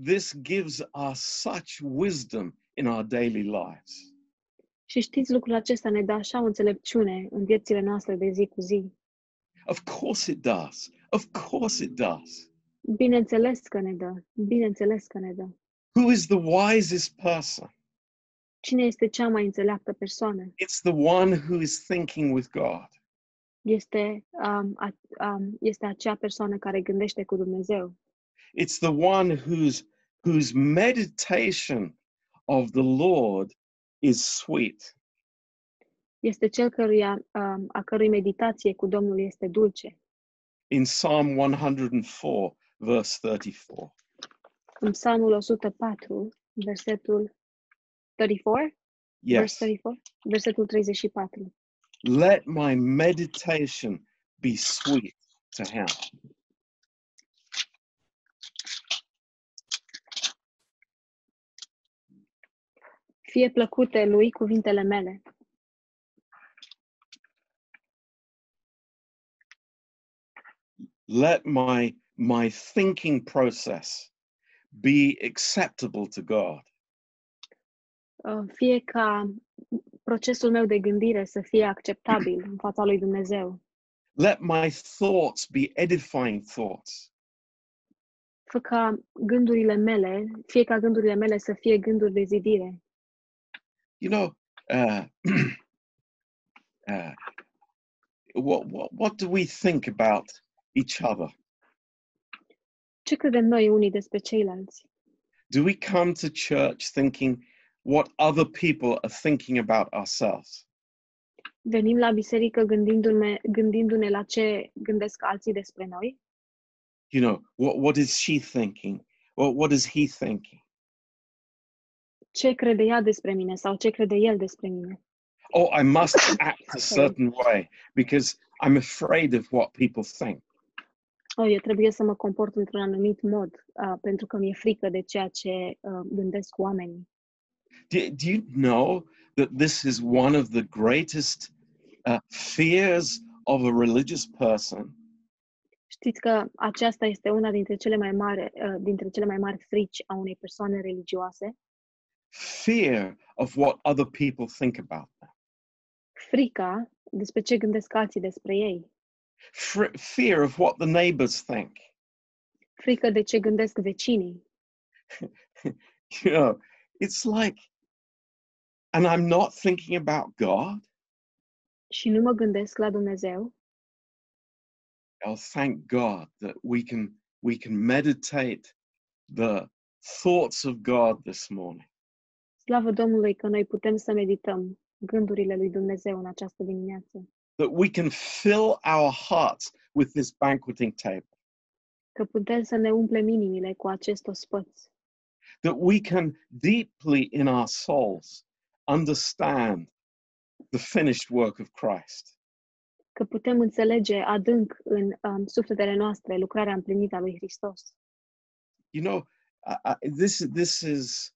Speaker 1: this gives us such wisdom in our daily lives.
Speaker 2: Și știți, lucrul acesta ne dă așa o înțelepciune în viețile noastre de zi cu zi.
Speaker 1: Of course it does. Of course it does.
Speaker 2: Bineînțeles că ne dă, bineînțeles că ne dă.
Speaker 1: Who is the wisest person?
Speaker 2: Cine este cea mai înțeleaptă persoană?
Speaker 1: It's the one who is thinking with God.
Speaker 2: Este, um, a, um, este acea persoană care gândește cu Dumnezeu.
Speaker 1: It's the one whose whose meditation of the Lord is sweet.
Speaker 2: Este cel căruia, um, a cărui meditație cu Domnul este dulce.
Speaker 1: In Psalm 104, verse 34.
Speaker 2: În Psalmul 104, versetul 34, verse
Speaker 1: Yes.
Speaker 2: 34 versetul 34.
Speaker 1: Let my meditation be sweet to him.
Speaker 2: Fie plăcute lui cuvintele mele.
Speaker 1: Let my my thinking process be acceptable to God.
Speaker 2: Uh, fie ca procesul meu de gândire să fie acceptabil în fața lui Dumnezeu.
Speaker 1: Let my thoughts be edifying thoughts.
Speaker 2: Fă ca gândurile mele, fie ca gândurile mele să fie gânduri de zidire.
Speaker 1: You know, uh, (clears throat) uh, what, what what do we think about each other?
Speaker 2: Ce credem noi unii despre ceilalți?
Speaker 1: Do we come to church thinking what other people are thinking about ourselves?
Speaker 2: Venim la biserică gândindu-ne, gândindu-ne la ce gândesc alții despre noi?
Speaker 1: You know, what what is she thinking? What what is he thinking?
Speaker 2: Ce crede ea despre mine sau ce crede el despre mine?
Speaker 1: oh, I must act a certain way because I'm afraid of what people think.
Speaker 2: Oh, eu trebuie să mă comport într-un anumit mod uh, pentru că mi-e frică de ceea ce uh, gândesc oamenii.
Speaker 1: Do, do you know that this is one of the greatest uh, fears of a religious person?
Speaker 2: Știți că aceasta este una dintre cele mai mari, uh, dintre cele mai mari frici a unei persoane religioase,
Speaker 1: Fear of what other people think about them.
Speaker 2: frica despre ce gândesc alții despre ei,
Speaker 1: Fr- fear of what the neighbors think. (laughs)
Speaker 2: frică de ce gândesc vecinii.
Speaker 1: You know, it's like, and I'm not thinking about God.
Speaker 2: Și nu mă gândesc la Dumnezeu.
Speaker 1: I'll Oh, thank God that we can we can meditate the thoughts of God this morning.
Speaker 2: Slavă Domnului că noi putem să medităm gândurile lui Dumnezeu în această dimineață,
Speaker 1: That we can fill our hearts with this banqueting table.
Speaker 2: că putem să ne umplem inimile cu acest ospăț,
Speaker 1: That we can deeply in our souls understand the finished work of Christ.
Speaker 2: că putem înțelege adânc în um, sufletele noastre lucrarea împlinită a lui Hristos.
Speaker 1: You know, I, I, this this is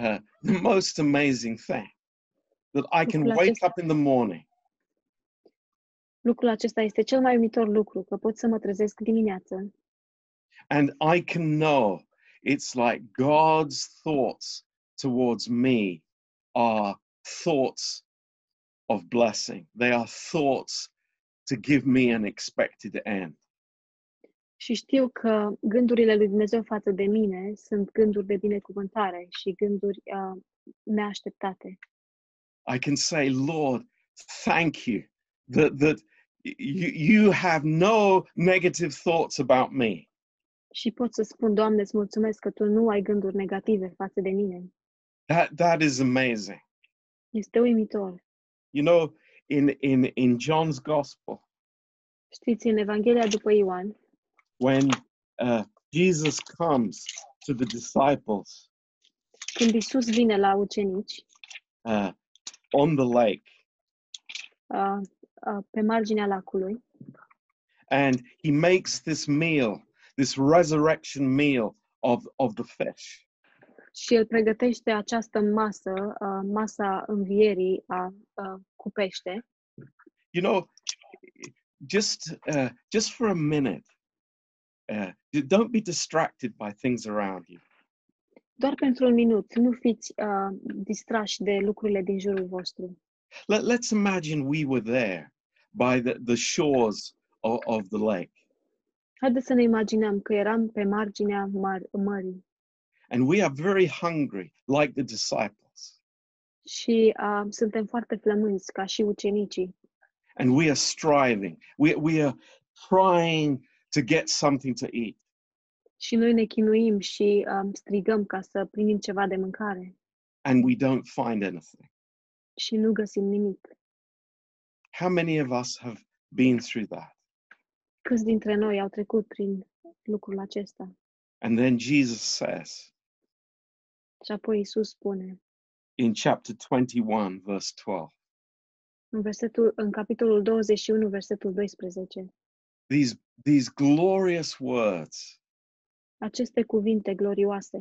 Speaker 1: uh, the most amazing thing that I can
Speaker 2: Lucrul
Speaker 1: wake
Speaker 2: acesta-
Speaker 1: up in the morning
Speaker 2: Lucrul acesta este cel mai uimitor lucru, că pot să mă trezesc dimineață
Speaker 1: And I can know it's like God's thoughts towards me are thoughts of blessing. They are thoughts to give me an expected end.
Speaker 2: și știu că gândurile lui Dumnezeu față de mine sunt gânduri de binecuvântare și gânduri uh, neașteptate.
Speaker 1: I can say, Lord, thank you that, that you, you have no negative thoughts about me.
Speaker 2: Și pot să spun, Doamne, îți mulțumesc că Tu nu ai gânduri negative față de mine.
Speaker 1: That, that is amazing.
Speaker 2: Este uimitor.
Speaker 1: You know, in, in, in John's gospel,
Speaker 2: Știți, în Evanghelia după Ioan,
Speaker 1: when uh, Jesus comes to the disciples
Speaker 2: când Isus vine la ucenici
Speaker 1: uh, on the lake
Speaker 2: uh, uh, pe marginea lacului
Speaker 1: and he makes this meal, this resurrection meal of, of the fish.
Speaker 2: și el pregătește această masă, uh, masa învierii a, uh, cu pește.
Speaker 1: You know, just uh, just for a minute, uh, don't be distracted by things around you.
Speaker 2: Doar pentru un minut, nu fiți uh, distrași de lucrurile din jurul vostru.
Speaker 1: Let, let's imagine we were there by the, the shores of, of the lake,
Speaker 2: Haideți să ne imaginăm că eram pe marginea mar- mării
Speaker 1: and we are very hungry, like the disciples,
Speaker 2: și uh, suntem foarte flămânzi, ca și ucenicii,
Speaker 1: and we are striving. We, we are trying to get something to eat.
Speaker 2: și noi ne chinuim și uh, strigăm ca să primim ceva de mâncare
Speaker 1: and we don't find anything.
Speaker 2: și nu găsim nimic.
Speaker 1: How many of us have been through that?
Speaker 2: Câți dintre noi au trecut prin lucrul acesta?
Speaker 1: And then Jesus says
Speaker 2: Și apoi Isus spune
Speaker 1: in chapter 21, verse 12,
Speaker 2: în, versetul, în capitolul 21, versetul 12,
Speaker 1: these, these glorious words,
Speaker 2: aceste cuvinte glorioase,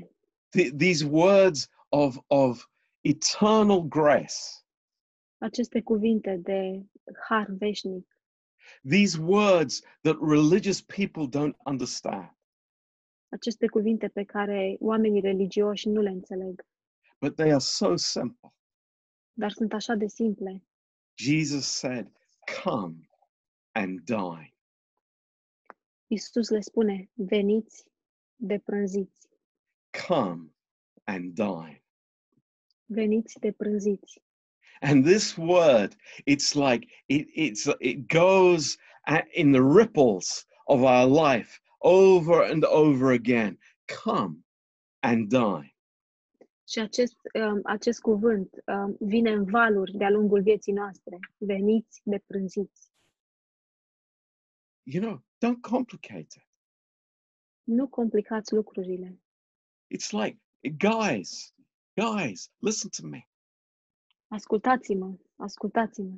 Speaker 1: th- these words of, of eternal grace,
Speaker 2: aceste cuvinte de har veșnic,
Speaker 1: these words that religious people don't understand,
Speaker 2: aceste cuvinte pe care oamenii religioși nu le înțeleg,
Speaker 1: but they are so simple.
Speaker 2: dar sunt așa de simple.
Speaker 1: Jesus said, Come and dine.
Speaker 2: Isus le spune, veniți, deprânziți,
Speaker 1: Come and dine.
Speaker 2: veniți, deprânziți.
Speaker 1: And this word, it's like it, it's it goes a- in the ripples of our life over and over again. Come and die.
Speaker 2: Și acest, um, acest cuvânt um, vine în valuri de-a lungul vieții noastre. Veniți, deprânziți.
Speaker 1: You know, don't complicate it.
Speaker 2: Nu complicați lucrurile.
Speaker 1: It's like, guys, guys, listen to me.
Speaker 2: Ascultați-mă, ascultați-mă.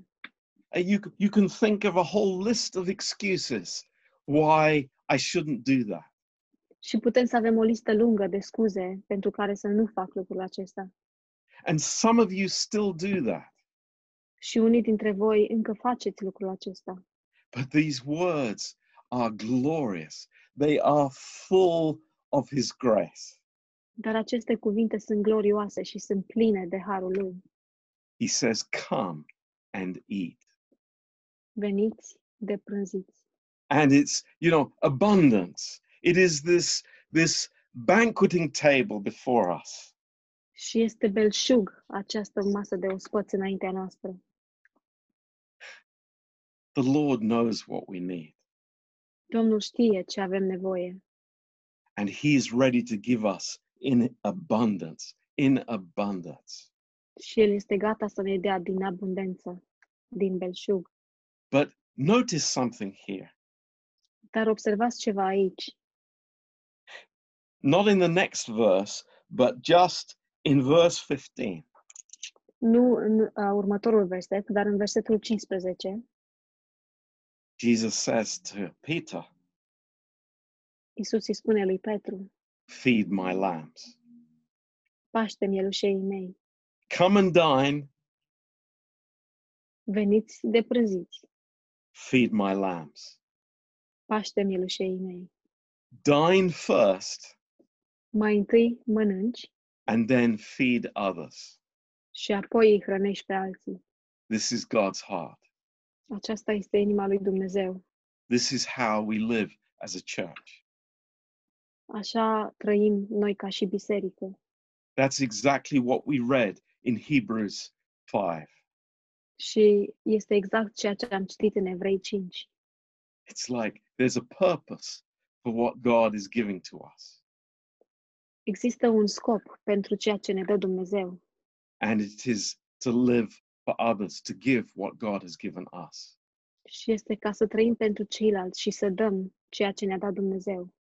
Speaker 1: Uh, You c- you can think of a whole list of excuses why I shouldn't do that.
Speaker 2: Și putem să avem o listă lungă de scuze pentru care să nu fac lucrul acesta.
Speaker 1: And some of you still do that.
Speaker 2: Și unii dintre voi încă faceți lucrul acesta.
Speaker 1: But these words are glorious. They are full of His grace.
Speaker 2: Dar aceste cuvinte sunt glorioase și sunt pline de harul lui.
Speaker 1: He says, Come and eat.
Speaker 2: Veniți, deprânziți.
Speaker 1: And it's, you know, abundance. It is this, this banqueting table before us.
Speaker 2: Și este belșug această masă de ospăți înaintea noastră.
Speaker 1: The Lord knows what we need,
Speaker 2: Domnul știe ce avem nevoie.
Speaker 1: and He is ready to give us in abundance, in abundance.
Speaker 2: și El este gata să ne dea din abundență, din belșug.
Speaker 1: But notice something here.
Speaker 2: Dar observați ceva aici,
Speaker 1: Not in the next verse, but just in verse 15.
Speaker 2: nu în uh, următorul verset, dar în versetul 15,
Speaker 1: Jesus says to Peter,
Speaker 2: Isus îi spune lui Petru,
Speaker 1: Feed my lambs.
Speaker 2: paște mielușei mei,
Speaker 1: Come and dine,
Speaker 2: veniți de prânziți,
Speaker 1: feed my lambs.
Speaker 2: paște mielușei mei.
Speaker 1: Dine first
Speaker 2: Mai întâi mănânci
Speaker 1: and then feed others.
Speaker 2: și apoi îi hrănești pe alții.
Speaker 1: This is God's heart.
Speaker 2: Aceasta este inima lui Dumnezeu.
Speaker 1: This is how we live as a church.
Speaker 2: Așa trăim noi ca și biserică.
Speaker 1: That's exactly what we read in Hebrews 5.
Speaker 2: Și este exact ceea ce am citit în Evrei 5.
Speaker 1: It's like there's a purpose for what God is giving to us,
Speaker 2: Există un scop pentru ceea ce ne dă Dumnezeu
Speaker 1: and it is to live for others, to give what God has given us.
Speaker 2: și este ca să trăim pentru ceilalți și să dăm ceea ce ne-a dat Dumnezeu.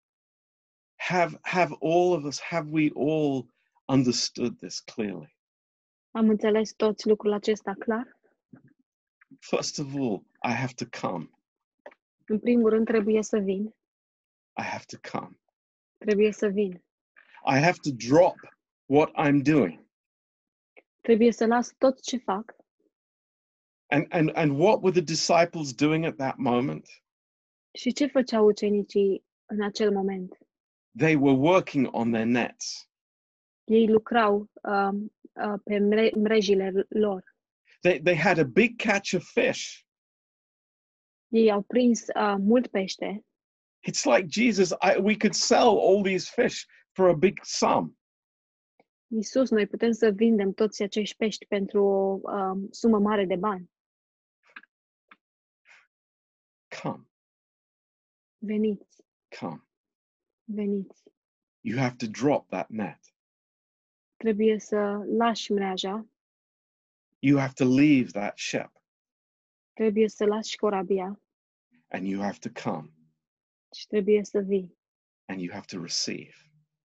Speaker 1: have have all of us have we all understood this clearly
Speaker 2: Am înțeles toți lucrul acesta clar?
Speaker 1: First of all, I have to come.
Speaker 2: În primul rând trebuie să vin.
Speaker 1: I have to come.
Speaker 2: Trebuie să vin.
Speaker 1: I have to drop what I'm doing.
Speaker 2: Trebuie să las tot ce fac.
Speaker 1: And and and what were the disciples doing at that moment?
Speaker 2: Și ce făceau ucenicii în acel moment?
Speaker 1: They were working on their nets.
Speaker 2: Ei lucrau uh, uh, pe mre- mrejile lor.
Speaker 1: They they had a big catch of fish.
Speaker 2: Ei au prins uh, mult pește.
Speaker 1: It's like Jesus, I, we could sell all these fish for a big sum.
Speaker 2: Iisus, noi putem să vindem toți acești pești pentru o um, sumă mare de bani.
Speaker 1: Come,
Speaker 2: Veniți,
Speaker 1: come.
Speaker 2: veniți.
Speaker 1: You have to drop that net.
Speaker 2: Trebuie să lași mreaja,
Speaker 1: You have to leave that ship
Speaker 2: trebuie să lași corabia
Speaker 1: and you have to come
Speaker 2: și trebuie să vii
Speaker 1: and you have to receive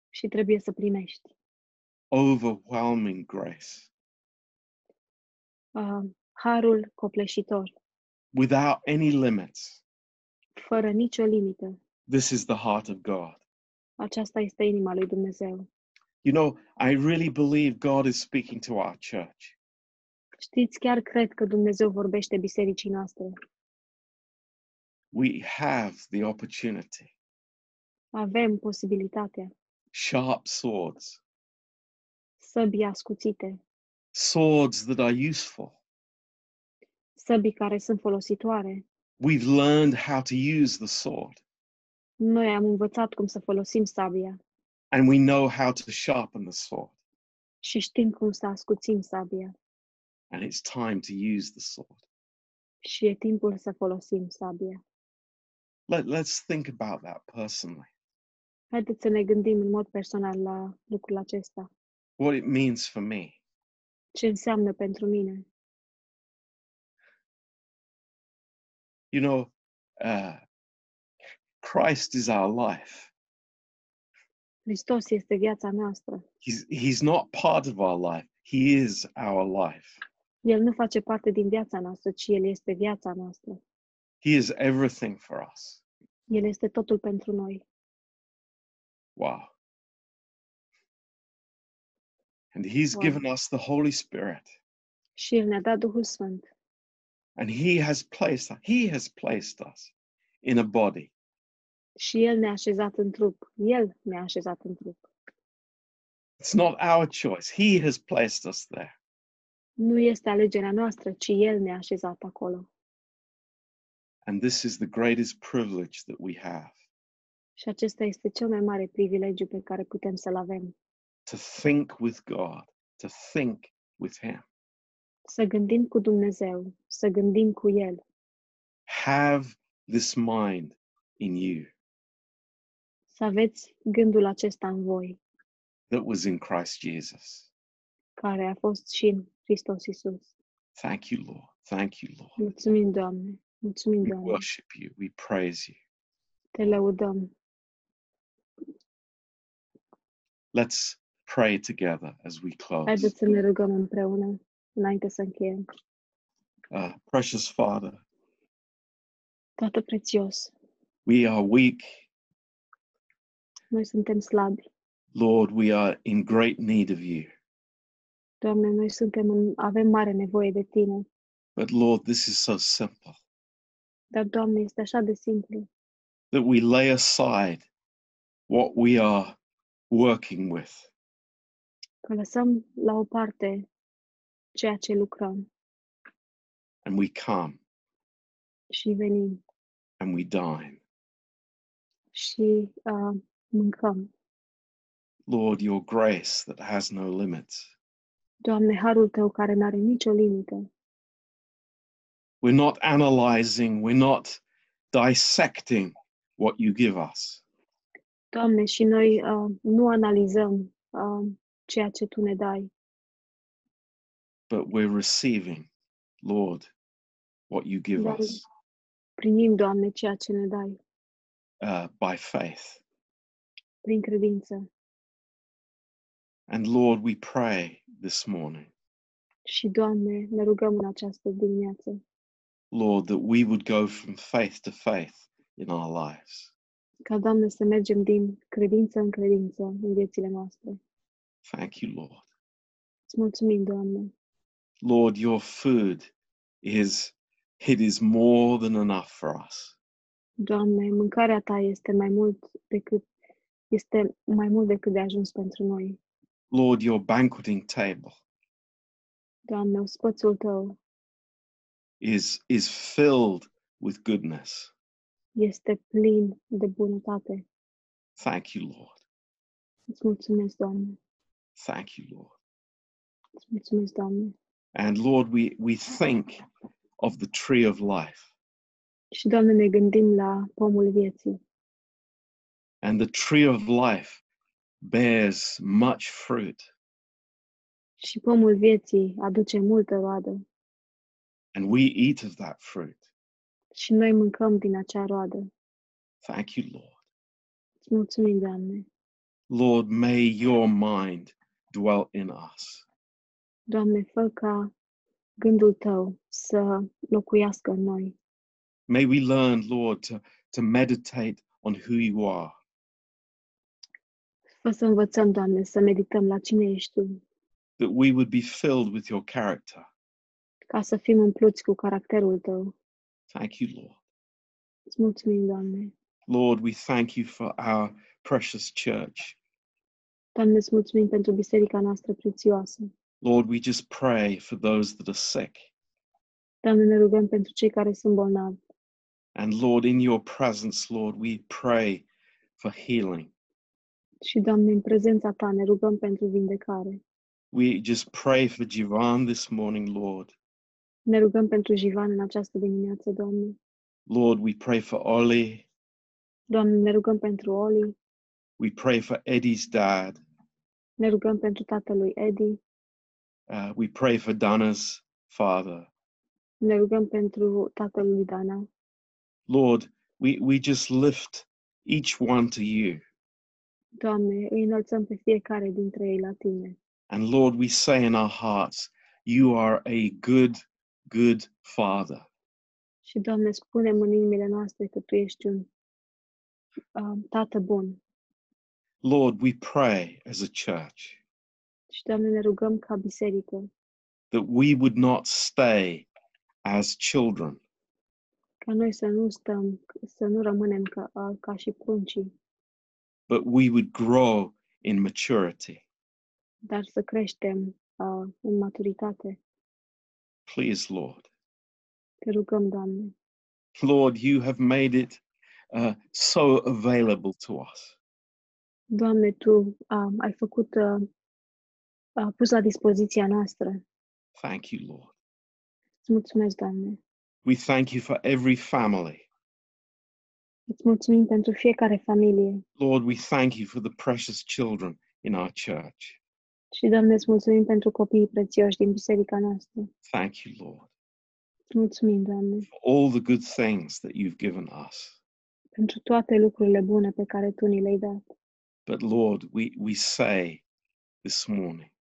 Speaker 2: și trebuie să primești.
Speaker 1: overwhelming grace
Speaker 2: Uh, harul copleșitor,
Speaker 1: without any limits.
Speaker 2: fără nicio limită.
Speaker 1: This is the heart of God.
Speaker 2: Aceasta este inima lui Dumnezeu.
Speaker 1: You know, I really believe God is speaking to our church.
Speaker 2: Știți, chiar cred că Dumnezeu vorbește bisericii noastre.
Speaker 1: We have the opportunity,
Speaker 2: Avem posibilitatea
Speaker 1: sharp swords,
Speaker 2: săbii ascuțite,
Speaker 1: swords that are useful.
Speaker 2: săbii care sunt folositoare.
Speaker 1: We've learned how to use the sword
Speaker 2: Noi am învățat cum să folosim sabia
Speaker 1: and we know how to sharpen the sword.
Speaker 2: și știm cum să ascuțim sabia
Speaker 1: And it's time to use the sword.
Speaker 2: și e timpul să folosim sabia.
Speaker 1: Let, let's think about that personally,
Speaker 2: Haideți să ne gândim în mod personal la lucrul acesta.
Speaker 1: what it means for me.
Speaker 2: Ce înseamnă pentru mine?
Speaker 1: You know, uh, Christ is our life.
Speaker 2: Hristos este viața noastră.
Speaker 1: He's, he's not part of our life, He is our life.
Speaker 2: El nu face parte din viața noastră, ci El este viața noastră.
Speaker 1: He is everything for us.
Speaker 2: El este totul pentru noi.
Speaker 1: Wow. And He's
Speaker 2: Wow.
Speaker 1: given us the Holy Spirit,
Speaker 2: Și El ne-a dat Duhul Sfânt
Speaker 1: and He has placed He has placed us in a body.
Speaker 2: și El ne-a așezat în trup. El ne-a așezat în trup.
Speaker 1: It's not our choice. He has placed us there.
Speaker 2: Nu este alegerea noastră, ci El ne-a așezat acolo.
Speaker 1: And this is the greatest privilege that we have
Speaker 2: Și acesta este cel mai mare privilegiu pe care putem să-l avem.
Speaker 1: to think with God, to think with Him.
Speaker 2: Să gândim cu Dumnezeu, să gândim cu El.
Speaker 1: Have this mind in you
Speaker 2: Să aveți gândul acesta în voi,
Speaker 1: that was in Christ Jesus.
Speaker 2: care a fost și în Hristos Isus.
Speaker 1: Thank you, Lord. Thank you, Lord.
Speaker 2: Mulțumim, Doamne! Mulțumim,
Speaker 1: We
Speaker 2: Doamne!
Speaker 1: worship you. We praise you.
Speaker 2: Te lăudăm!
Speaker 1: Let's pray together as we close.
Speaker 2: Haideți să ne rugăm împreună înainte să încheiem.
Speaker 1: Uh, precious Father,
Speaker 2: Tată prețios,
Speaker 1: we are weak.
Speaker 2: noi suntem slabi.
Speaker 1: Lord, we are in great need of you.
Speaker 2: Doamne, noi suntem în, avem mare nevoie de Tine.
Speaker 1: But Lord, this is so simple
Speaker 2: Dar, Doamne, este așa de simplu
Speaker 1: that we lay aside what we are working with
Speaker 2: că lăsăm la o parte ceea ce lucrăm
Speaker 1: and we come
Speaker 2: și venim
Speaker 1: and we dine.
Speaker 2: și uh, mâncăm.
Speaker 1: Lord, your grace that has no limits.
Speaker 2: Doamne, harul Tău care n-are nicio limită.
Speaker 1: We're not analyzing, we're not dissecting what you give us.
Speaker 2: Doamne, și noi uh, nu analizăm uh, ceea ce Tu ne dai,
Speaker 1: but we're receiving, Lord, what you give
Speaker 2: Right.
Speaker 1: us
Speaker 2: primim, Doamne, ceea ce ne dai
Speaker 1: uh, by faith.
Speaker 2: prin credință.
Speaker 1: And Lord, we pray this morning
Speaker 2: Și, Doamne, ne rugăm în această dimineață
Speaker 1: Lord, that we would go from faith to faith in our lives.
Speaker 2: Ca, Doamne, să mergem din credință în credință în viețile noastre.
Speaker 1: Thank you, Lord.
Speaker 2: Îți mulțumim, Doamne.
Speaker 1: Lord, your food is it is more than enough for us.
Speaker 2: Doamne, mâncarea Ta este mai mult decât este mai mult decât de ajuns pentru noi.
Speaker 1: Lord, your banqueting table
Speaker 2: Doamne, ospățul Tău
Speaker 1: is is filled with goodness.
Speaker 2: este plin de bunătate.
Speaker 1: Thank you, Lord.
Speaker 2: Îți mulțumesc, Doamne.
Speaker 1: Thank you, Lord.
Speaker 2: Îți mulțumesc, Doamne.
Speaker 1: And Lord, we we think of the tree of life.
Speaker 2: Și, Doamne, ne gândim la pomul vieții.
Speaker 1: And the tree of life bears much fruit.
Speaker 2: Și pomul vieții aduce multă roadă.
Speaker 1: And we eat of that fruit.
Speaker 2: Și noi mâncăm din acea roadă.
Speaker 1: Thank you, Lord.
Speaker 2: Îți mulțumim, Doamne.
Speaker 1: Lord, may your mind dwell in us.
Speaker 2: Doamne, fă ca gândul Tău să locuiască în noi.
Speaker 1: May we learn, Lord, to, to meditate on who you are.
Speaker 2: Fă să învățăm, Doamne, să medităm la cine ești Tu,
Speaker 1: that we would be filled with your character.
Speaker 2: ca să fim umpluți cu caracterul Tău.
Speaker 1: Thank you, Lord.
Speaker 2: Îți mulțumim, Doamne.
Speaker 1: Lord, we thank you for our precious church.
Speaker 2: Doamne, îți mulțumim pentru biserica noastră prețioasă.
Speaker 1: Lord, we just pray for those that are sick.
Speaker 2: Doamne, ne rugăm pentru cei care sunt bolnavi.
Speaker 1: And Lord, in your presence, Lord, we pray for healing.
Speaker 2: Și, Doamne, în prezența Ta ne rugăm pentru vindecare.
Speaker 1: We just pray for Jivan this morning, Lord.
Speaker 2: Ne rugăm pentru Jivan în această dimineață, Doamne.
Speaker 1: Lord, we pray for Ollie.
Speaker 2: Doamne, ne rugăm pentru Oli,
Speaker 1: We pray for Eddie's dad.
Speaker 2: ne rugăm pentru tatălui Edi,
Speaker 1: Uh, we pray for Dana's father.
Speaker 2: ne rugăm pentru tatălui Dana.
Speaker 1: Lord, we, we just lift each one to you.
Speaker 2: Doamne, îi înălțăm pe fiecare dintre ei la Tine.
Speaker 1: And Lord, we say in our hearts, you are a good, good father.
Speaker 2: Și, Doamne, spunem în inimile noastre că Tu ești un um, tată bun.
Speaker 1: Lord, we pray as a church
Speaker 2: Și, Doamne, ne rugăm ca biserică,
Speaker 1: that we would not stay as children,
Speaker 2: ca noi să nu stăm, să nu rămânem ca, ca și pruncii,
Speaker 1: but we would grow in maturity.
Speaker 2: dar să creștem uh, în maturitate.
Speaker 1: Please, Lord.
Speaker 2: Te rugăm, Doamne.
Speaker 1: Lord, you have made it uh, so available to us.
Speaker 2: Doamne, Tu um, ai făcut, uh, a pus la dispoziția noastră.
Speaker 1: Thank you, Lord.
Speaker 2: Îți mulțumesc, Doamne.
Speaker 1: We thank you for every family.
Speaker 2: Îți mulțumim pentru fiecare familie
Speaker 1: Lord, we thank you for the precious children in our church.
Speaker 2: și, Doamne, îți mulțumim pentru copiii prețioși din biserica noastră.
Speaker 1: Thank you, Lord,
Speaker 2: Îți mulțumim, Doamne,
Speaker 1: for all the good things that you've given us.
Speaker 2: pentru toate lucrurile bune pe care Tu ni le-ai dat.
Speaker 1: But Lord, we, we say this morning,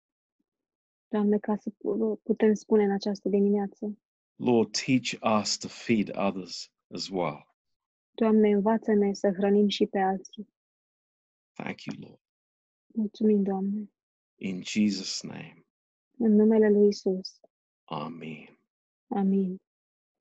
Speaker 2: Doamne, ca să pu- putem spune în această dimineață,
Speaker 1: Lord, teach us to feed others as well.
Speaker 2: Doamne, învață-ne să hrănim și pe alții.
Speaker 1: Thank you, Lord.
Speaker 2: Mulțumim, Doamne,
Speaker 1: In Jesus' name,
Speaker 2: în numele Lui Isus.
Speaker 1: Amen.
Speaker 2: Amin.